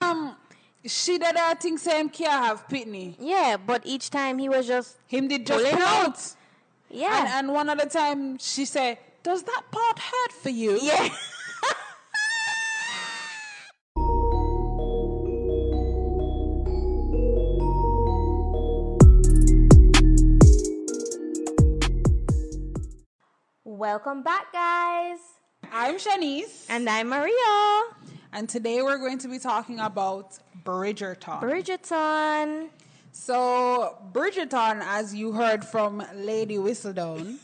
Um, She did that thing same care have pitney. Yeah, but each time he was just Him did just Pull it pull out. out. yeah. And, and one other time she said, Does that part hurt for you? yeah. Welcome back, guys. I'm Shanice. And I'm Maria. and today we're going to be talking about Bridgerton. Bridgerton. So, Bridgerton, as you heard from Lady Whistledown,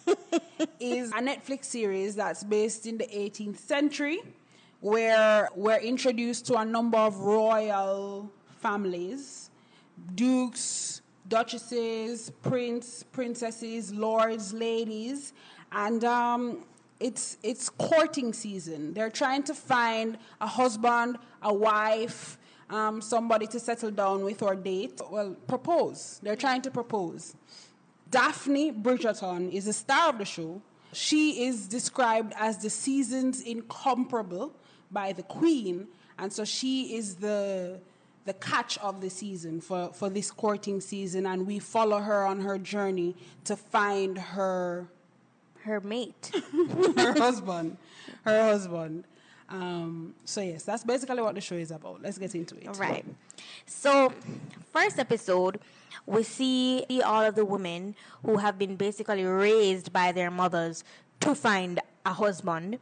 is a Netflix series that's based in the 18th century, where we're introduced to a number of royal families dukes, duchesses, prince, princesses, lords, ladies, and um, it's it's courting season. They're trying to find a husband, a wife, um, somebody to settle down with or date. Well, propose. They're trying to propose. Daphne Bridgerton is the star of the show. She is described as the season's incomparable by the Queen, and so she is the the catch of the season for, for this courting season, and we follow her on her journey to find her Her mate. her husband. Her husband. Um, so yes, that's basically what the show is about. Let's get into it. All right. So, first episode, we see all of the women who have been basically raised by their mothers to find a husband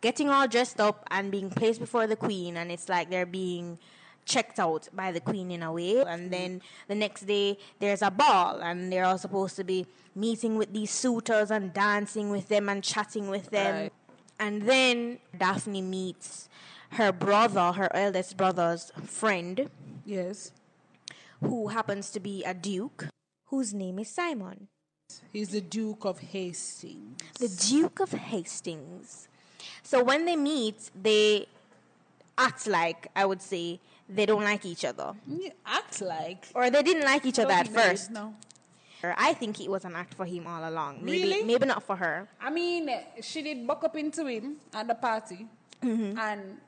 getting all dressed up and being placed before the queen, and it's like they're being checked out by the queen in a way. And then the next day, there's a ball, and they're all supposed to be meeting with these suitors and dancing with them and chatting with them. Right. And then Daphne meets her brother, her eldest brother's friend, Yes, who happens to be a duke, whose name is Simon, he's the Duke of Hastings. the Duke of Hastings. So when they meet, they act like, I would say, they don't like each other. You act like Or they didn't like each other Don't at think there is, first. No. Or I think it was an act for him all along. Maybe, Really? maybe not for her. I mean, she did buck up into him at the party, Mm-hmm. and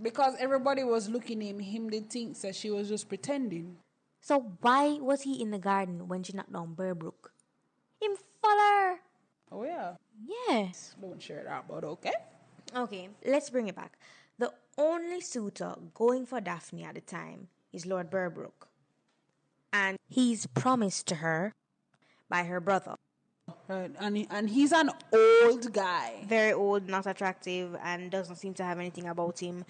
because everybody was looking him, him did think that she was just pretending. So why was he in the garden when she knocked down Burbrook? Him follow her. Oh yeah, Yes. don't share that, but okay. Okay, let's bring it back. The only suitor going for Daphne at the time is Lord Burbrook. And he's promised to her by her brother. Right, and he, and he's an old guy. Very old, not attractive, and doesn't seem to have anything about him.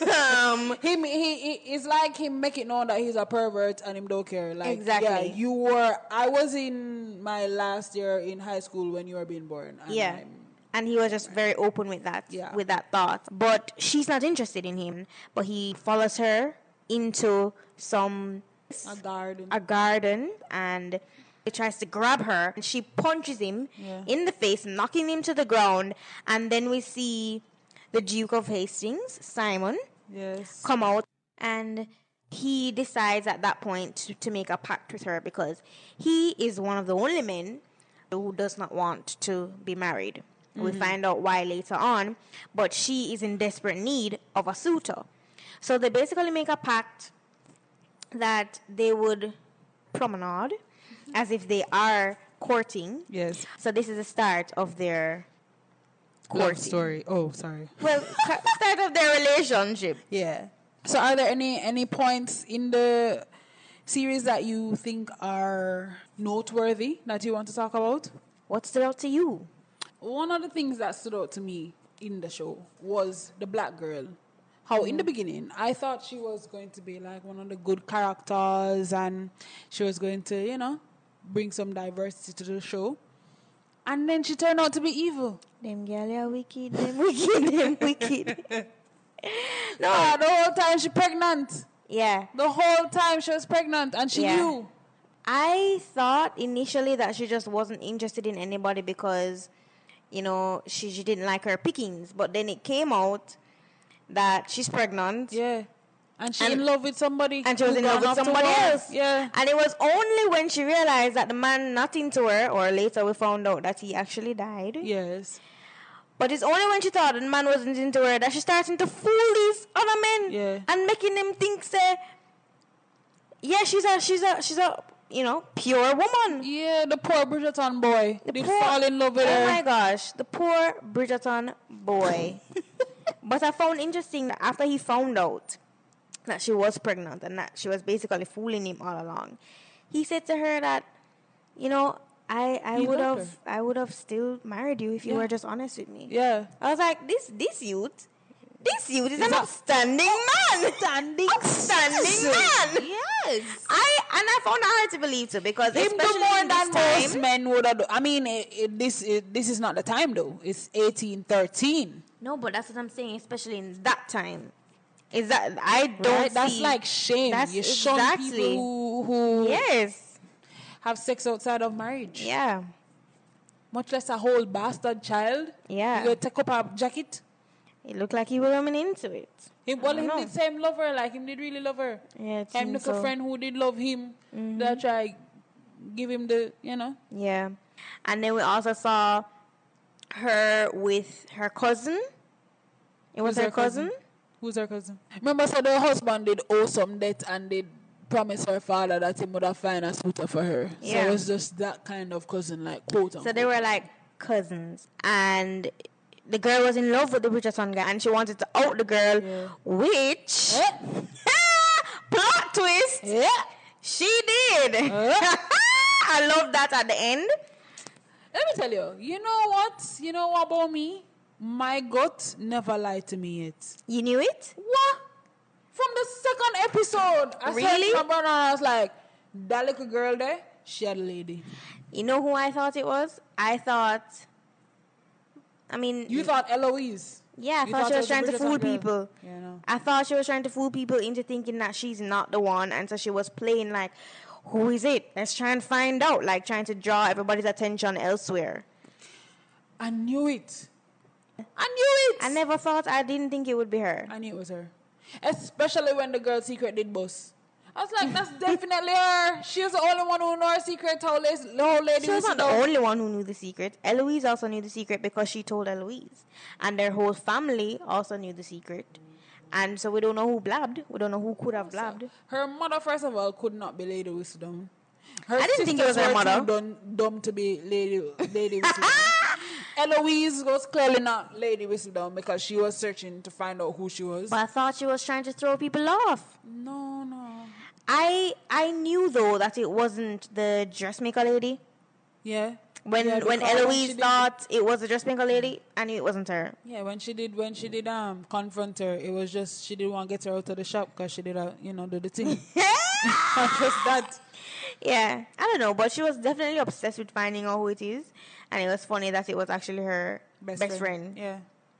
um, Him, he, he, it's like him making known that he's a pervert and him don't care. Like, yeah, Exactly. you were. I was in my last year in high school when you were being born. And yeah. I'm- And he was just very open with that, Yeah. with that thought. But she's not interested in him. But he follows her into some a garden. a garden and he tries to grab her and she punches him Yeah. in the face knocking him to the ground and then we see the duke of hastings simon yes. come out and he decides at that point to, to make a pact with her because he is one of the only men who does not want to be married we find out why later on but she is in desperate need of a suitor so they basically make a pact that they would promenade as if they are courting. Yes. So this is the start of their Love courting. story. Oh, sorry. Well, ca- start of their relationship. Yeah. So are there any any points in the series that you think are noteworthy that you want to talk about? What stood out to you? One of the things that stood out to me in the show was the black girl. How in the beginning I thought she was going to be like one of the good characters and she was going to, you know, bring some diversity to the show. And then she turned out to be evil. Them girl are wicked, them wicked, them wicked. no, Ah, the whole time she pregnant. yeah. The whole time she was pregnant and she Yeah. knew. I thought initially that she just wasn't interested in anybody because, you know, she, she didn't like her pickings. But then it came out that she's pregnant. Yeah. And she And- in love with somebody. and she was who in love gone off with to somebody war. else. Yeah. And it was only when she realized that the man not into her, or later we found out that he actually died. Yes. But it's only when she thought the man wasn't into her that she starting to fool these other men Yeah. and making them think say, yeah, she's a she's a she's a you know pure woman. Yeah, the poor Bridgerton boy. they fall in love with oh her. my gosh, the poor Bridgerton boy. but I found interesting that after he found out that she was pregnant and that she was basically fooling him all along, he said to her that, you know, I I He would loved have I would have still married you if you Yeah. were just honest with me. Yeah. I was like, this this youth, this youth is an a- upstanding man. Standing. Upstanding man. Yes. I and I found it hard to believe too because Him do especially more in this than time, most men would have. do- I mean, it, it, this it, this is not the time though. It's eighteen thirteen. No, but that's what I'm saying, especially in that time. Is that I don't Right? That's see- like shame. That's you shun exactly- people who, who Yes. have sex outside of marriage. Yeah. Much less a whole bastard child. Yeah. You gonna take up her jacket. It looked like he was coming into it. Him, well, don't him know. did same love her. Like him did really love her. Yeah, it Him seems look so. a friend who did love him. That try give him the you know. Yeah. And then we also saw her with her cousin. It was Who's her cousin. Who's her cousin? Remember, so the husband did owe some debt and they promised her father that he would have find a suitor for her. So Yeah. it was just that kind of cousin, like quote unquote. So they were like cousins. And the girl was in love with the Bridgerton guy and she wanted to out the girl, Yeah. which Eh? plot twist. Yeah. She did. Uh. I love that at the end. Let me tell you, you know what? You know what about me? My gut never lied to me yet. You knew it? What? From the second episode, I Really? said to my brother, I was like, that little girl there, she had a lady. You know who I thought it was? I thought. I mean, You thought Eloise. yeah, I you thought, thought she it was was a trying to Bridgerton fool girl. people. Yeah, I know. I thought she was trying to fool people into thinking that she's not the one, and so she was playing like, "Who is it? Let's try and find out." Like trying to draw everybody's attention elsewhere. I knew it. I knew it. I never thought. I didn't think it would be her. I knew it was her. Especially when the girl secret did bust. I was like, that's definitely her. She was the only one who knew her secret. How la- the whole lady She was was not the down. only one who knew the secret. Eloise also knew the secret because she told Eloise. And their whole family also knew the secret. And so we don't know who blabbed. We don't know who could have blabbed. Her mother, first of all, could not be Lady Wisdom. Her I didn't think it sisters were was her too mother. Dumb, dumb to be Lady, lady Wisdom. Eloise was clearly not Lady Wisdom because she was searching to find out who she was. But I thought she was trying to throw people off. no, no. I I knew though that it wasn't the dressmaker lady. Yeah. When Yeah, when because Eloise she did- thought it was the dressmaker lady, I knew it wasn't her. Yeah, when she did when she did um confront her, it was just she didn't want to get her out of the shop because she did uh, you know do the thing. just that. Yeah, I don't know, but she was definitely obsessed with finding out who it is, and it was funny that it was actually her best, friend. Yeah.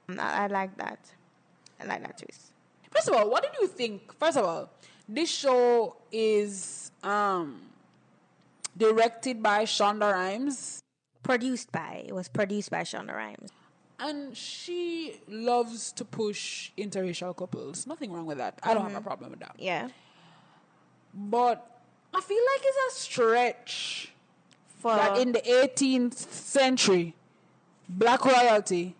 Mm, I, I like that. I like that twist. First of all, what did you think? First of all, this show is um directed by Shonda Rhimes, Produced by it was produced by Shonda Rhimes. and she loves to push interracial couples. Nothing wrong with that. I don't Mm-hmm. have a problem with that. Yeah, But I feel like it's a stretch. for that in the 18th century, black royalty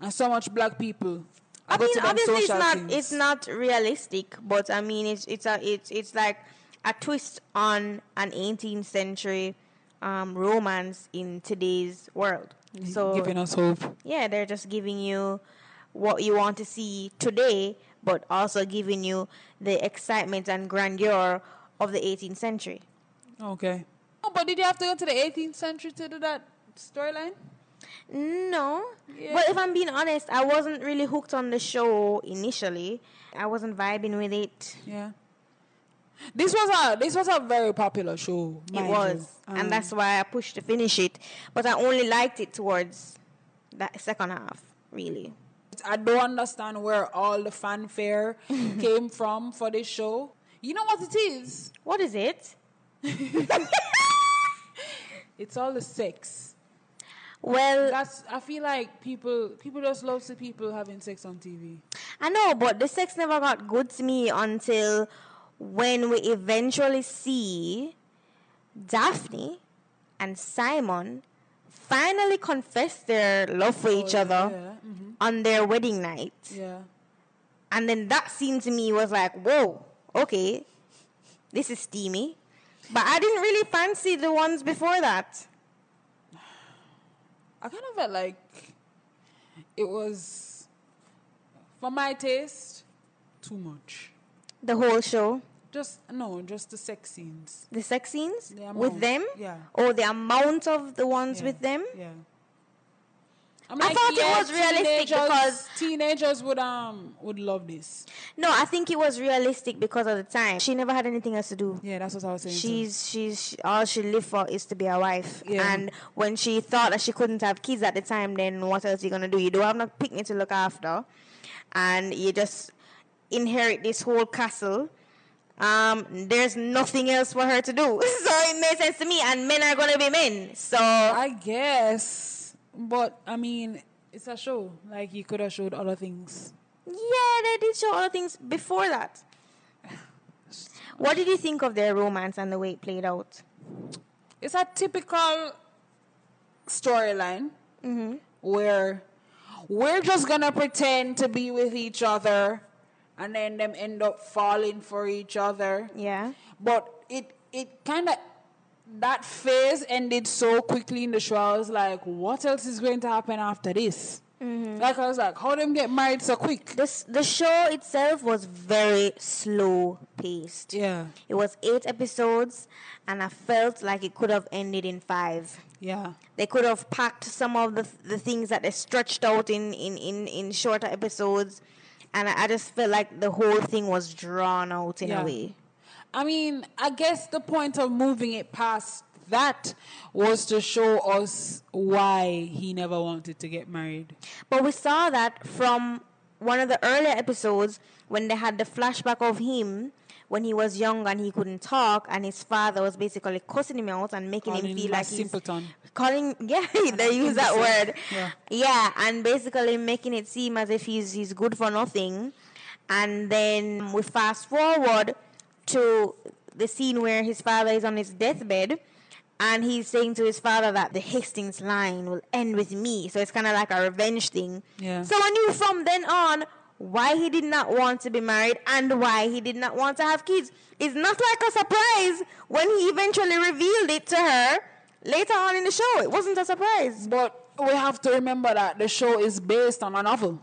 and so much black people. I go mean, to them obviously it's social not things. it's not realistic, but I mean it's it's a it's it's like a twist on an 18th century um, romance in today's world. So giving us hope. yeah, they're just giving you what you want to see today, but also giving you the excitement and grandeur of the 18th century. Okay. Oh, but did you have to go to the 18th century to do that storyline? No. Yeah. But if I'm being honest, I wasn't really hooked on the show initially. I wasn't vibing with it. Yeah. This was a this was a very popular show. mind it you. was. Um, and that's why I pushed to finish it. But I only liked it towards that second half, really. I don't understand where all the fanfare came from for this show. You know what it is? What is it? It's all the sex. Well, That's I feel like people people just love to see people having sex on TV. I know, but the sex never got good to me until when we eventually see Daphne and Simon finally confess their love for each yeah, other Oh, Mm-hmm. yeah, mm-hmm. on their wedding night. Yeah. And then that scene to me was like, whoa, okay, this is steamy. But I didn't really fancy the ones before that. I kind of felt like it was, for my taste, too much. The whole show, Just, no, just the sex scenes. the sex scenes The amount, with them, yeah. or the amount of the ones Yeah, with them. Yeah. I'm I thought it was realistic teenagers- because- teenagers would um would love this. No, I think it was realistic because of the time. She never had anything else to do. Yeah, that's what I was saying. She's she's she, all she lived for is to be a wife. Yeah. And when she thought that she couldn't have kids at the time, then what else are you gonna do? You don't have no picnic to look after, and you just inherit this whole castle. Um, there's nothing else for her to do, so it made sense to me. And men are gonna be men, so I guess, but I mean, it's a show. Like you could have showed other things. yeah, they did show other things before that. What did you think of their romance and the way it played out? It's a typical storyline where we're just gonna pretend to be with each other, and then them end up falling for each other. Yeah. But it it kind of that phase ended so quickly in the show. I was like, what else is going to happen after this? Like I was like, how them get married so quick? This the show itself was very slow paced. Yeah, It was eight episodes, and I felt like it could have ended in five. yeah, They could have packed some of the, the things that they stretched out in, in, in, in shorter episodes, and I, I just felt like the whole thing was drawn out in yeah. a way. I mean, I guess the point of moving it past that was to show us why he never wanted to get married. But we saw that from one of the earlier episodes when they had the flashback of him when he was young and he couldn't talk, and his father was basically cussing him out and making Calling him feel him a like he's simpleton. calling. Yeah, they use that imbecile. word. Yeah. yeah, and basically making it seem as if he's he's good for nothing. And then we fast forward to the scene where his father is on his deathbed and he's saying to his father that the Hastings line will end with me. So it's kind of like a revenge thing. Yeah. So I knew from then on why he did not want to be married and why he did not want to have kids. It's not like a surprise when he eventually revealed it to her later on in the show. It wasn't a surprise. But we have to remember that the show is based on a novel.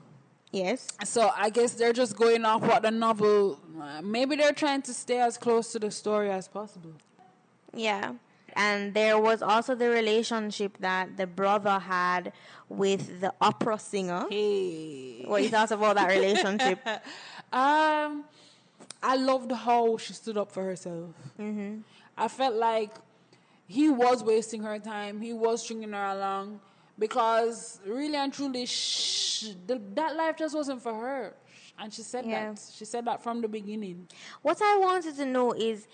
Yes. So I guess they're just going off what the novel. uh, Maybe they're trying to stay as close to the story as possible. Yeah. And there was also the relationship that the brother had with the opera singer. Hey, What you thought about that relationship? um, I loved how she stood up for herself. Mm-hmm. I felt like he was wasting her time. He was stringing her along because really and truly, sh the, that life just wasn't for her. And she said Yeah. that. She said that from the beginning. What I wanted to know is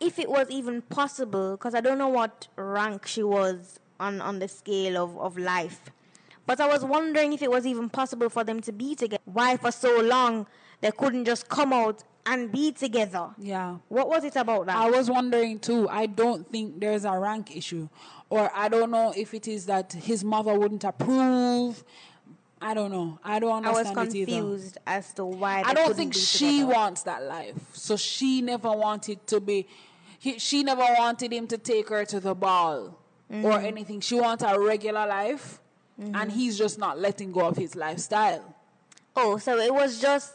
if it was even possible, because I don't know what rank she was on, on the scale of, of life. But I was wondering if it was even possible for them to be together. Why for so long they couldn't just come out and be together? Yeah. What was it about that? I was wondering too. I don't think there's a rank issue, or I don't know if it is that his mother wouldn't approve. I don't know. I don't I was understand it either. confused as to why. They I don't couldn't think be she together. wants that life, so she never wanted to be. He, she never wanted him to take her to the ball or anything. She wants a regular life, and he's just not letting go of his lifestyle. Oh, so it was just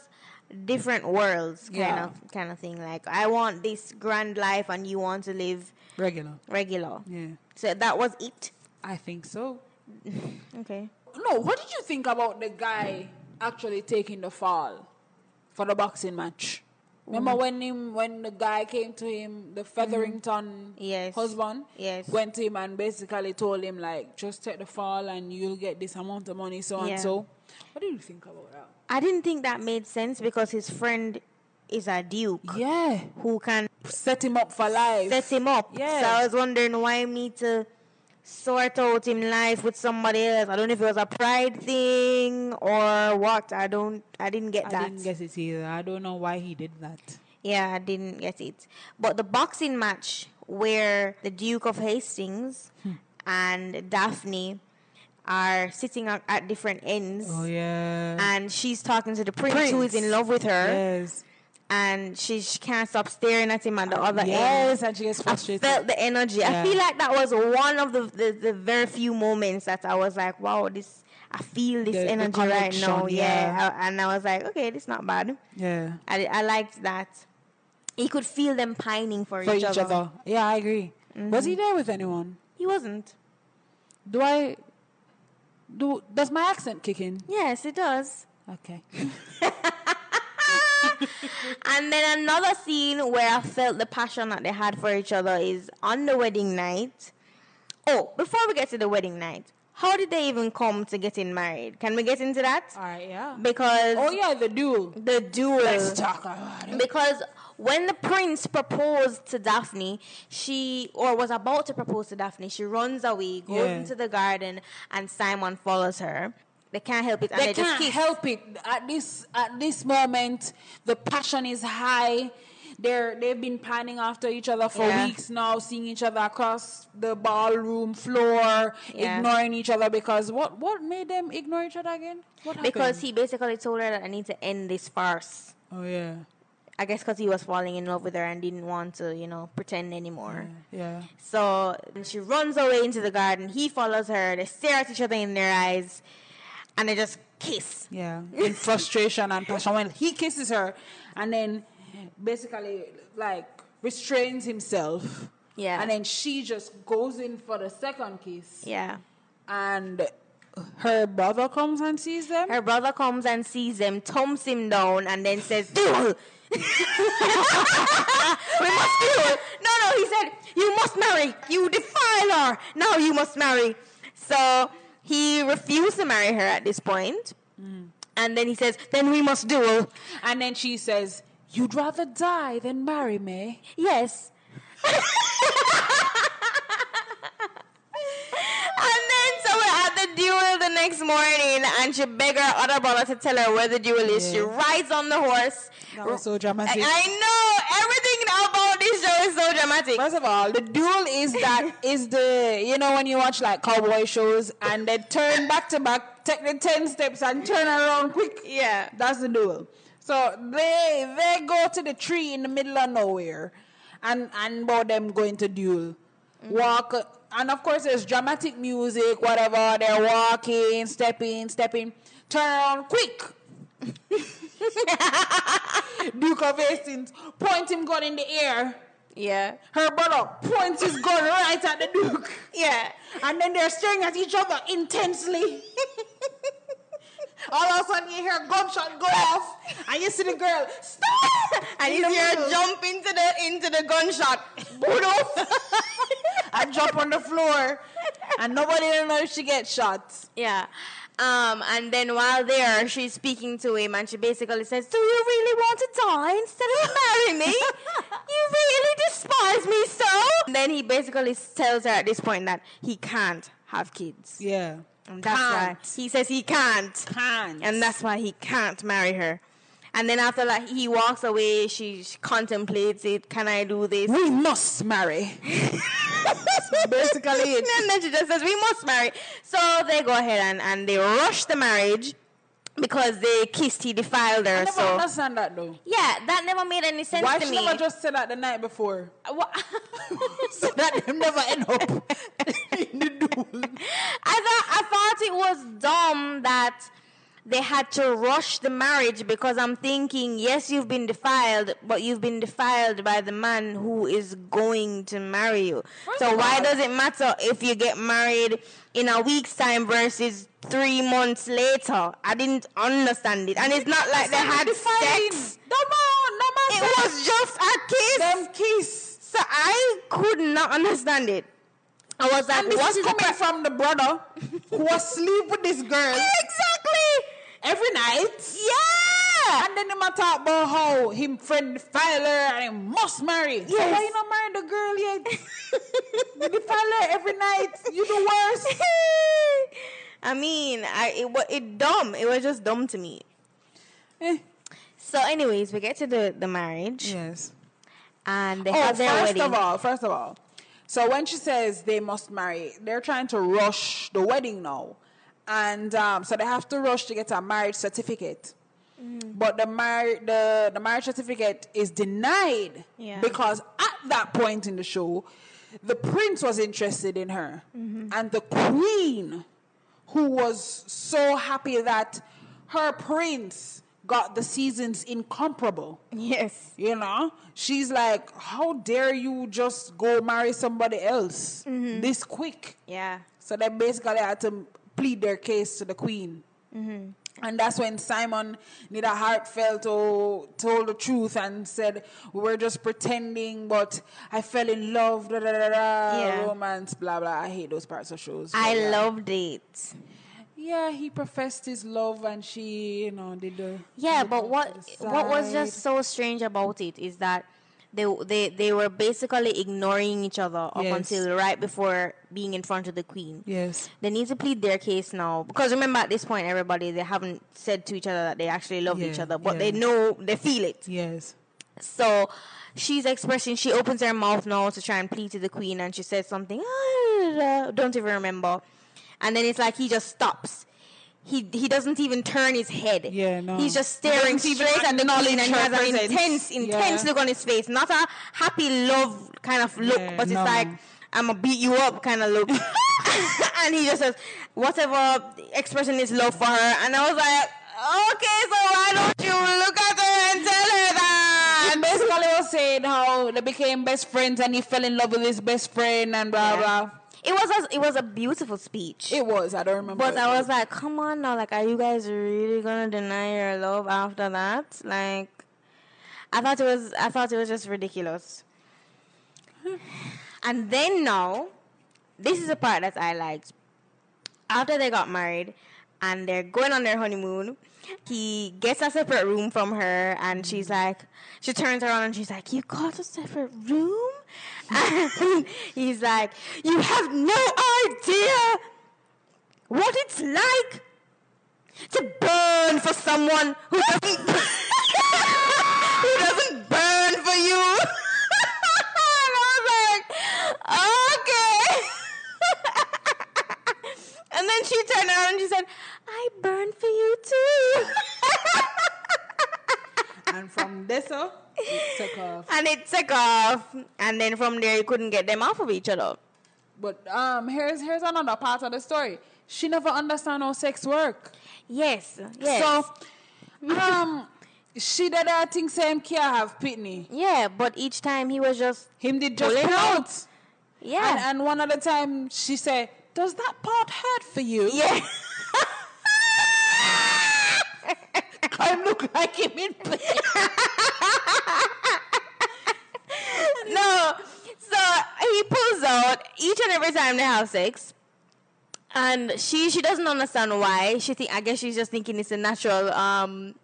different worlds kind Yeah. of kind of thing. Like I want this grand life and you want to live Regular, regular. yeah, So that was it. I think so. Okay. No, what did you think about the guy actually taking the fall for the boxing match? Remember Mm. when him when the guy came to him, the Featherington Yes. husband Yes. went to him and basically told him like just take the fall and you'll get this amount of money, so Yeah. and so. What did you think about that? I didn't think that made sense because his friend is a duke Yeah. who can Set him up for life. set him up. Yeah. So I was wondering why me to sort out him life with somebody else. I don't know if it was a pride thing or what. I don't I didn't get I that. didn't get it either. I don't know why he did that. Yeah, I Hmm. didn't get it. But the boxing match where the Duke of Hastings and Daphne are sitting at, at different ends. Oh yeah. And she's talking to the prince, who Prince. is in love with her, Yes. and she, she can't stop staring at him at the other end. Yes, and she gets frustrated. felt the energy. Yeah. I feel like that was one of the, the, the very few moments that I was like, wow, this I feel this The- the energy right now. connection, Yeah. yeah. I- and I was like, okay, this not bad. yeah. I, I liked that. He could feel them pining for, For each, other. Mm-hmm. Yeah, I agree. Was he there with anyone? He wasn't. Do I do does my accent kick in? Yes, it does. Okay. And then another scene where I felt the passion that they had for each other is on the wedding night. Oh, before we get to the wedding night, how did they even come to getting married? Can we get into that? Alright, yeah. Because Oh yeah, the duel. the duel. Let's talk about it. because when the prince proposed to Daphne, she or was about to propose to Daphne, she runs away, goes Yeah. into the garden, and Simon follows her. They can't help it, and they, They just can't kiss. help it. At this at this moment, the passion is high. They're they've been planning after each other for Yeah. weeks now, seeing each other across the ballroom floor, Yeah. ignoring each other because what what made them ignore each other again? What happened? because he basically told her that I need to end this farce. Oh yeah. I guess because he was falling in love with her and didn't want to, you know, pretend anymore. Yeah. So she runs away into the garden. He follows her. They stare at each other in their eyes, and they just kiss. Yeah. In frustration and passion. When he kisses her and then basically like restrains himself. Yeah. And then she just goes in for the second kiss. Yeah. And her brother comes and sees them. Her brother comes and sees them, thumps him down, and then says, "Duel! we must duel!" No, no, he said, "You must marry. You defile her. Now you must marry." So he refused to marry her at this point, and then he says, "Then we must duel." And then she says, You'd rather die than marry me. Yes. and then so we're at the duel the next morning and she begged her other brother to tell her where the duel is. She Yeah. rides on the horse. That was so I, dramatic. I know everything about this show is so dramatic. First of all, the duel is that is the you know when you watch like cowboy shows and they turn back to back, take the ten steps and turn around quick. Yeah. That's the duel. So they they go to the tree in the middle of nowhere, and and about them going to duel, walk, and of course there's dramatic music, whatever. They're walking, stepping, stepping, turn around quick. Duke of Hastings point him gun in the air. Yeah. Her brother points his gun right at the Duke, Yeah. and then they're staring at each other intensely. All of a sudden, you hear a gunshot go off, and you see the girl stop, And in you the see her middle, jump into the into the gunshot. boot off, and jump on the floor, and nobody will know if she gets shot. Yeah. Um, and then while there, she's speaking to him, and she basically says, "Do you really want to die instead of marry me? you really despise me so." And then he basically tells her at this point that he can't have kids. Yeah, And that's why he says he can't, can't, and that's why he can't marry her. And then after that, he walks away. She, she contemplates it. Can I do this? we must marry. basically it. And then she just says, we must marry. So they go ahead and, and they rush the marriage because they kissed, he defiled her. Never so understand that though. yeah, that never made any sense Why to she me. never just said that the night before? Wha- so that they never end up in the duel. I thought I thought it was dumb that they had to rush the marriage because I'm thinking, yes, you've been defiled, but you've been defiled by the man who is going to marry you. First so of why all- does it matter if you get married in a week's time versus three months later? I didn't understand it, and it's not like they had sex. No man, no It man. was just a kiss. them kiss. So I could not understand it. I was like, And this what is is the coming from the brother who was sleep with this girl Exactly. every night. Yeah. And then him a talk about how him friend file her and he must marry. So Yes. why you not marry the girl yet? you defile her every night. You the worst. I mean, I it was it dumb. It was just dumb to me. Eh. So, anyways, we get to the the marriage Yes. and they Oh, have their first wedding. of all, first of all, So when she says they must marry, they're trying to rush the wedding now. And um, so they have to rush to get a marriage certificate. Mm. But the, mar- the, the marriage certificate is denied Yeah. because at that point in the show, the prince was interested in her. Mm-hmm. And the queen, who was so happy that her prince got the seasons incomparable. Yes. You know, she's like, "How dare you just go marry somebody else Mm-hmm. this quick?" Yeah. So they basically had to plead their case to the queen, Mm-hmm. and that's when Simon did a heartfelt oh, told the truth and said, "We were just pretending, but I fell in love." Da da da da. Yeah. Romance, blah blah. I hate those parts of shows. I but, uh, loved it. Yeah, he professed his love, and she, you know, did the. Yeah, did but the- what the what was side. just so strange about it is that they they they were basically ignoring each other up Yes. until right before being in front of the queen. Yes. They need to plead their case now because remember at this point everybody they haven't said to each other that they actually love each Yeah, other, but they yeah. know they feel it. Yes. So she's expressing, she opens her mouth now to try and plead to the queen, and she says something, "Ah, don't even remember. And then it's like he just stops. He, he doesn't even turn his head. Yeah, no. He's just staring Doesn't even straight at the queen, and he has acknowledge her an presence. intense, intense Yeah. look on his face. Not a happy love kind of look, Yeah, but it's no. like I'm gonna beat you up kind of look. and he just says whatever expression is love for her, and I was like, okay, so why don't you look at her and tell her that? And basically, was saying how they became best friends and he fell in love with his best friend and blah blah. It was a, it was a beautiful speech. It was. I don't remember. but it I was like, come on now, like, are you guys really gonna deny your love after that? Like, I thought it was, I thought it was just ridiculous. and then now, this is the part that I liked. After they got married, and they're going on their honeymoon, he gets a separate room from her, and she's Mm. like, she turns around and she's like, you got a separate room? and he's like, you have no idea what it's like to burn for someone who doesn't who doesn't burn for you. and I was like, okay. and then she turned around and she said, I burn for you too. And from this up, it took off. and it took off. And then from there you couldn't get them off of each other. But um, here's here's another part of the story. She never understand how sex work. Yes. Yes. So, um, she did her thing same care have pitney. yeah, but each time he was just Him did just Pull it pull out. out. yeah. And, and one other time she said, "Does that part hurt for you?" yeah. I look like him in pain. no. So he pulls out each and every time they have sex. And she she doesn't understand why. She think I guess she's just thinking it's a natural um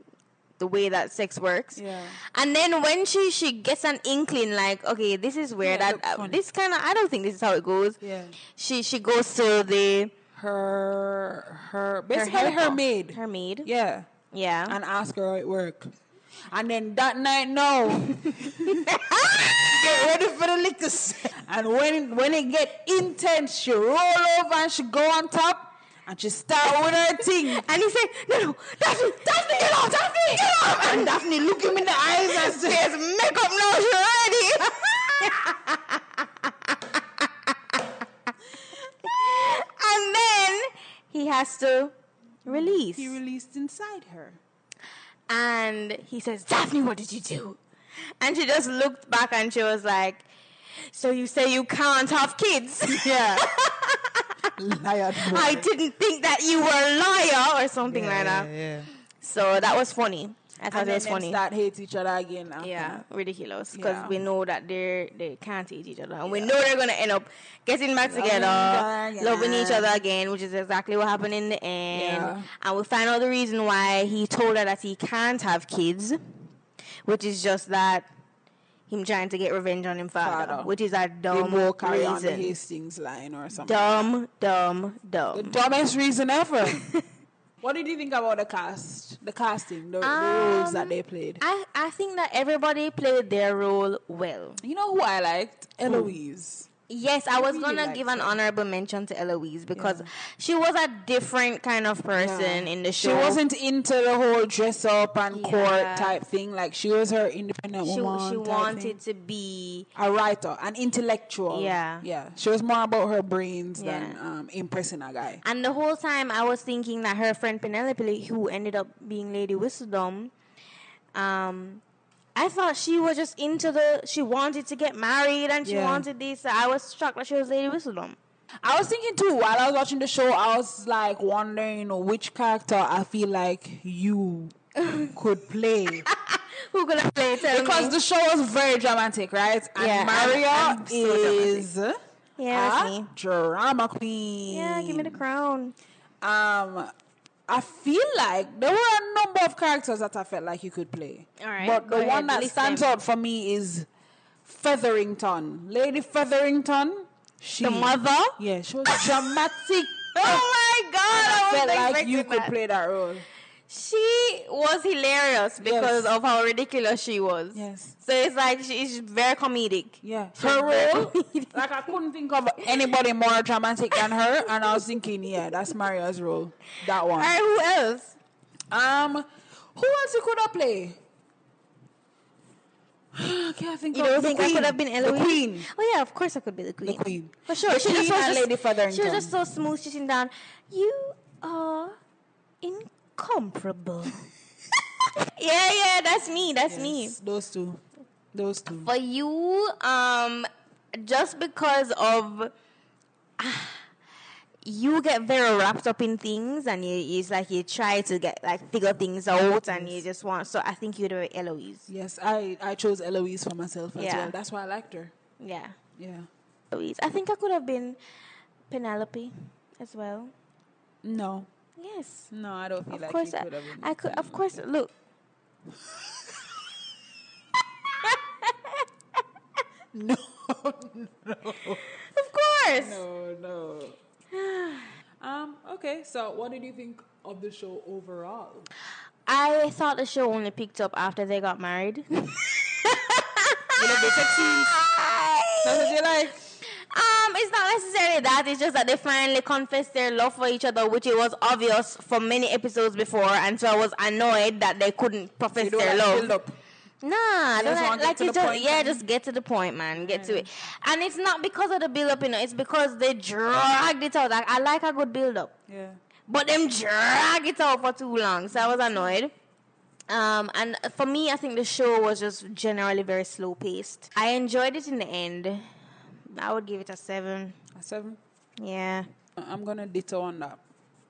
the way that sex works. Yeah. And then when she she gets an inkling like, okay, this is weird. Yeah, I- it looks I, funny. this kind of I don't think this is how it goes. Yeah. She she goes to the Her her her basically her, helper. maid. Her maid. yeah. Yeah. and ask her at work. And then that night, no. get ready for the liquor. set. And when when it get intense, she roll over and she go on top and she start with her thing. And he said, No, no, Daphne, Daphne, get off, Daphne, get off. And Daphne look him in the eyes and says, Make up now, she's ready. and then he has to release. He released inside her. And he says, Daphne, what did you do? And she just looked back and she was like, So you say you can't have kids? Yeah. Liar. boy. I didn't think that you were a liar or something like that. Yeah. So that was funny. I And thought that then was them funny. start hate each other again. after Yeah, that. ridiculous. Because Yeah. we know that they're they can't hate each other, and we know they're gonna end up getting back together, each other loving each again. other again, which is exactly what happened in the end. Yeah. And we find out the reason why he told her that he can't have kids, which is just that him trying to get revenge on him father, Father. which is a They dumb will carry on the reason. Hastings line or something. Dumb, dumb, The dumb. dumbest reason ever. what did you think about the cast? The casting, the, the roles that Um, they played. I, I think that everybody played their role well. You know who I liked? Hmm. Eloise. Yes, I was really gonna liked give an her. honorable mention to Eloise because she was a different kind of person in the show. She wasn't into the whole dress up and Yeah. court type thing. Like she was her independent She, woman. she type wanted thing. to be a writer, an intellectual. Yeah. yeah. She was more about her brains than Yeah. um, impressing a guy. And the whole time I was thinking that her friend Penelope, who ended up being Lady Whistledom, um, I thought she was just into the. She wanted to get married and she Yeah. wanted this. I was shocked that she was Lady Whistledom. I was thinking too while I was watching the show. I was like wondering which character I feel like you could play. Who gonna play? Tell because me. the show was very dramatic, right? And Yeah, Maria I'm- I'm so is Yeah, that's a me. drama queen. yeah, give me the crown. Um, I feel like there were a number of characters that I felt like you could play. All right, but go the ahead, one that list stands them. out for me is Featherington, Lady Featherington. She, The mother. yeah, she was dramatic. Oh my God! I, I was felt like you expecting could that. play that role. She was hilarious because Yes. of how ridiculous she was. Yes. So it's like she's very comedic. Yeah, She was her very role. comedic. Like I couldn't think of anybody more dramatic than her, and I was thinking, yeah, that's Maria's role. That one. All right, who else? Um, who else you could have played? I can't think You of don't the think I queen. could have been Eloise? The queen. Oh yeah, of course I could be the queen. The queen. For sure. The she just queen was and just, Lady She Featherington. was just so smooth. She's sitting down. You are incomparable. yeah, yeah, that's me. That's me. Yes, Those two. Those two. For you, um, just because of ah, you get very wrapped up in things and you it's like you try to get like figure things out and you just want so I think you'd be Eloise. Yes, I, I chose Eloise for myself as Yeah. well. That's why I liked her. Yeah. Yeah. Louise. I think I could have been Penelope as well. No. Yes. No, I don't feel Of like course you I, could have been. I could of course look. no. Of course. No, no. um, okay, so what did you think of the show overall? I thought the show only picked up after they got married. That's what you like? Um, it's not necessarily that. It's just that they finally confessed their love for each other, which it was obvious for many episodes before, and so I was annoyed that they couldn't profess You don't their like love. build up. Nah, I don't just wanna like, get like to you the just point, yeah, man. just get to the point, man. Get to it, and it's not because of the build up, you know. It's because they dragged it out. Like I like a good build up, Yeah. but them drag it out for too long, so I was annoyed. Um, and for me, I think the show was just generally very slow paced. I enjoyed it in the end. I would give it a seven. A seven. Uh, Yeah. I'm gonna ditto on that.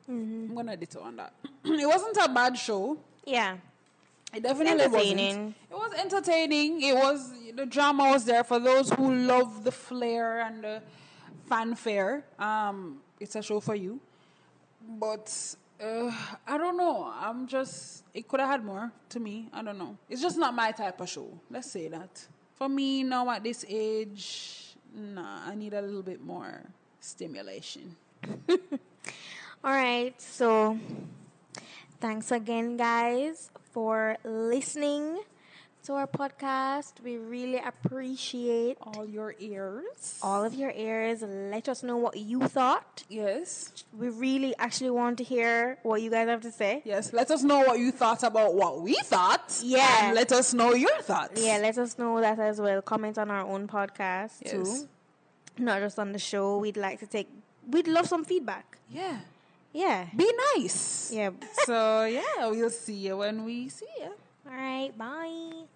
I'm gonna ditto on that. it wasn't a bad show. Yeah. It definitely wasn't. Entertaining. It was entertaining. It was the drama was there for those who love the flair and the fanfare. Um, it's a show for you, but uh, I don't know. I'm just it could have had more to me. I don't know. It's just not my type of show. Let's say that for me now at this age, nah, I need a little bit more stimulation. All right. So, thanks again, guys, for listening to our podcast. We really appreciate All your ears. all of your ears. Let us know what you thought. Yes. We really actually want to hear what you guys have to say. Yes, let us know what you thought about what we thought. Yeah. And let us know your thoughts. Yeah, let us know that as well. Comment on our own podcast Yes. too, not just on the show. We'd like to take. We'd love some feedback. Yeah. Yeah. Be nice. Yeah. So, yeah, we'll see you when we see you. All right. Bye.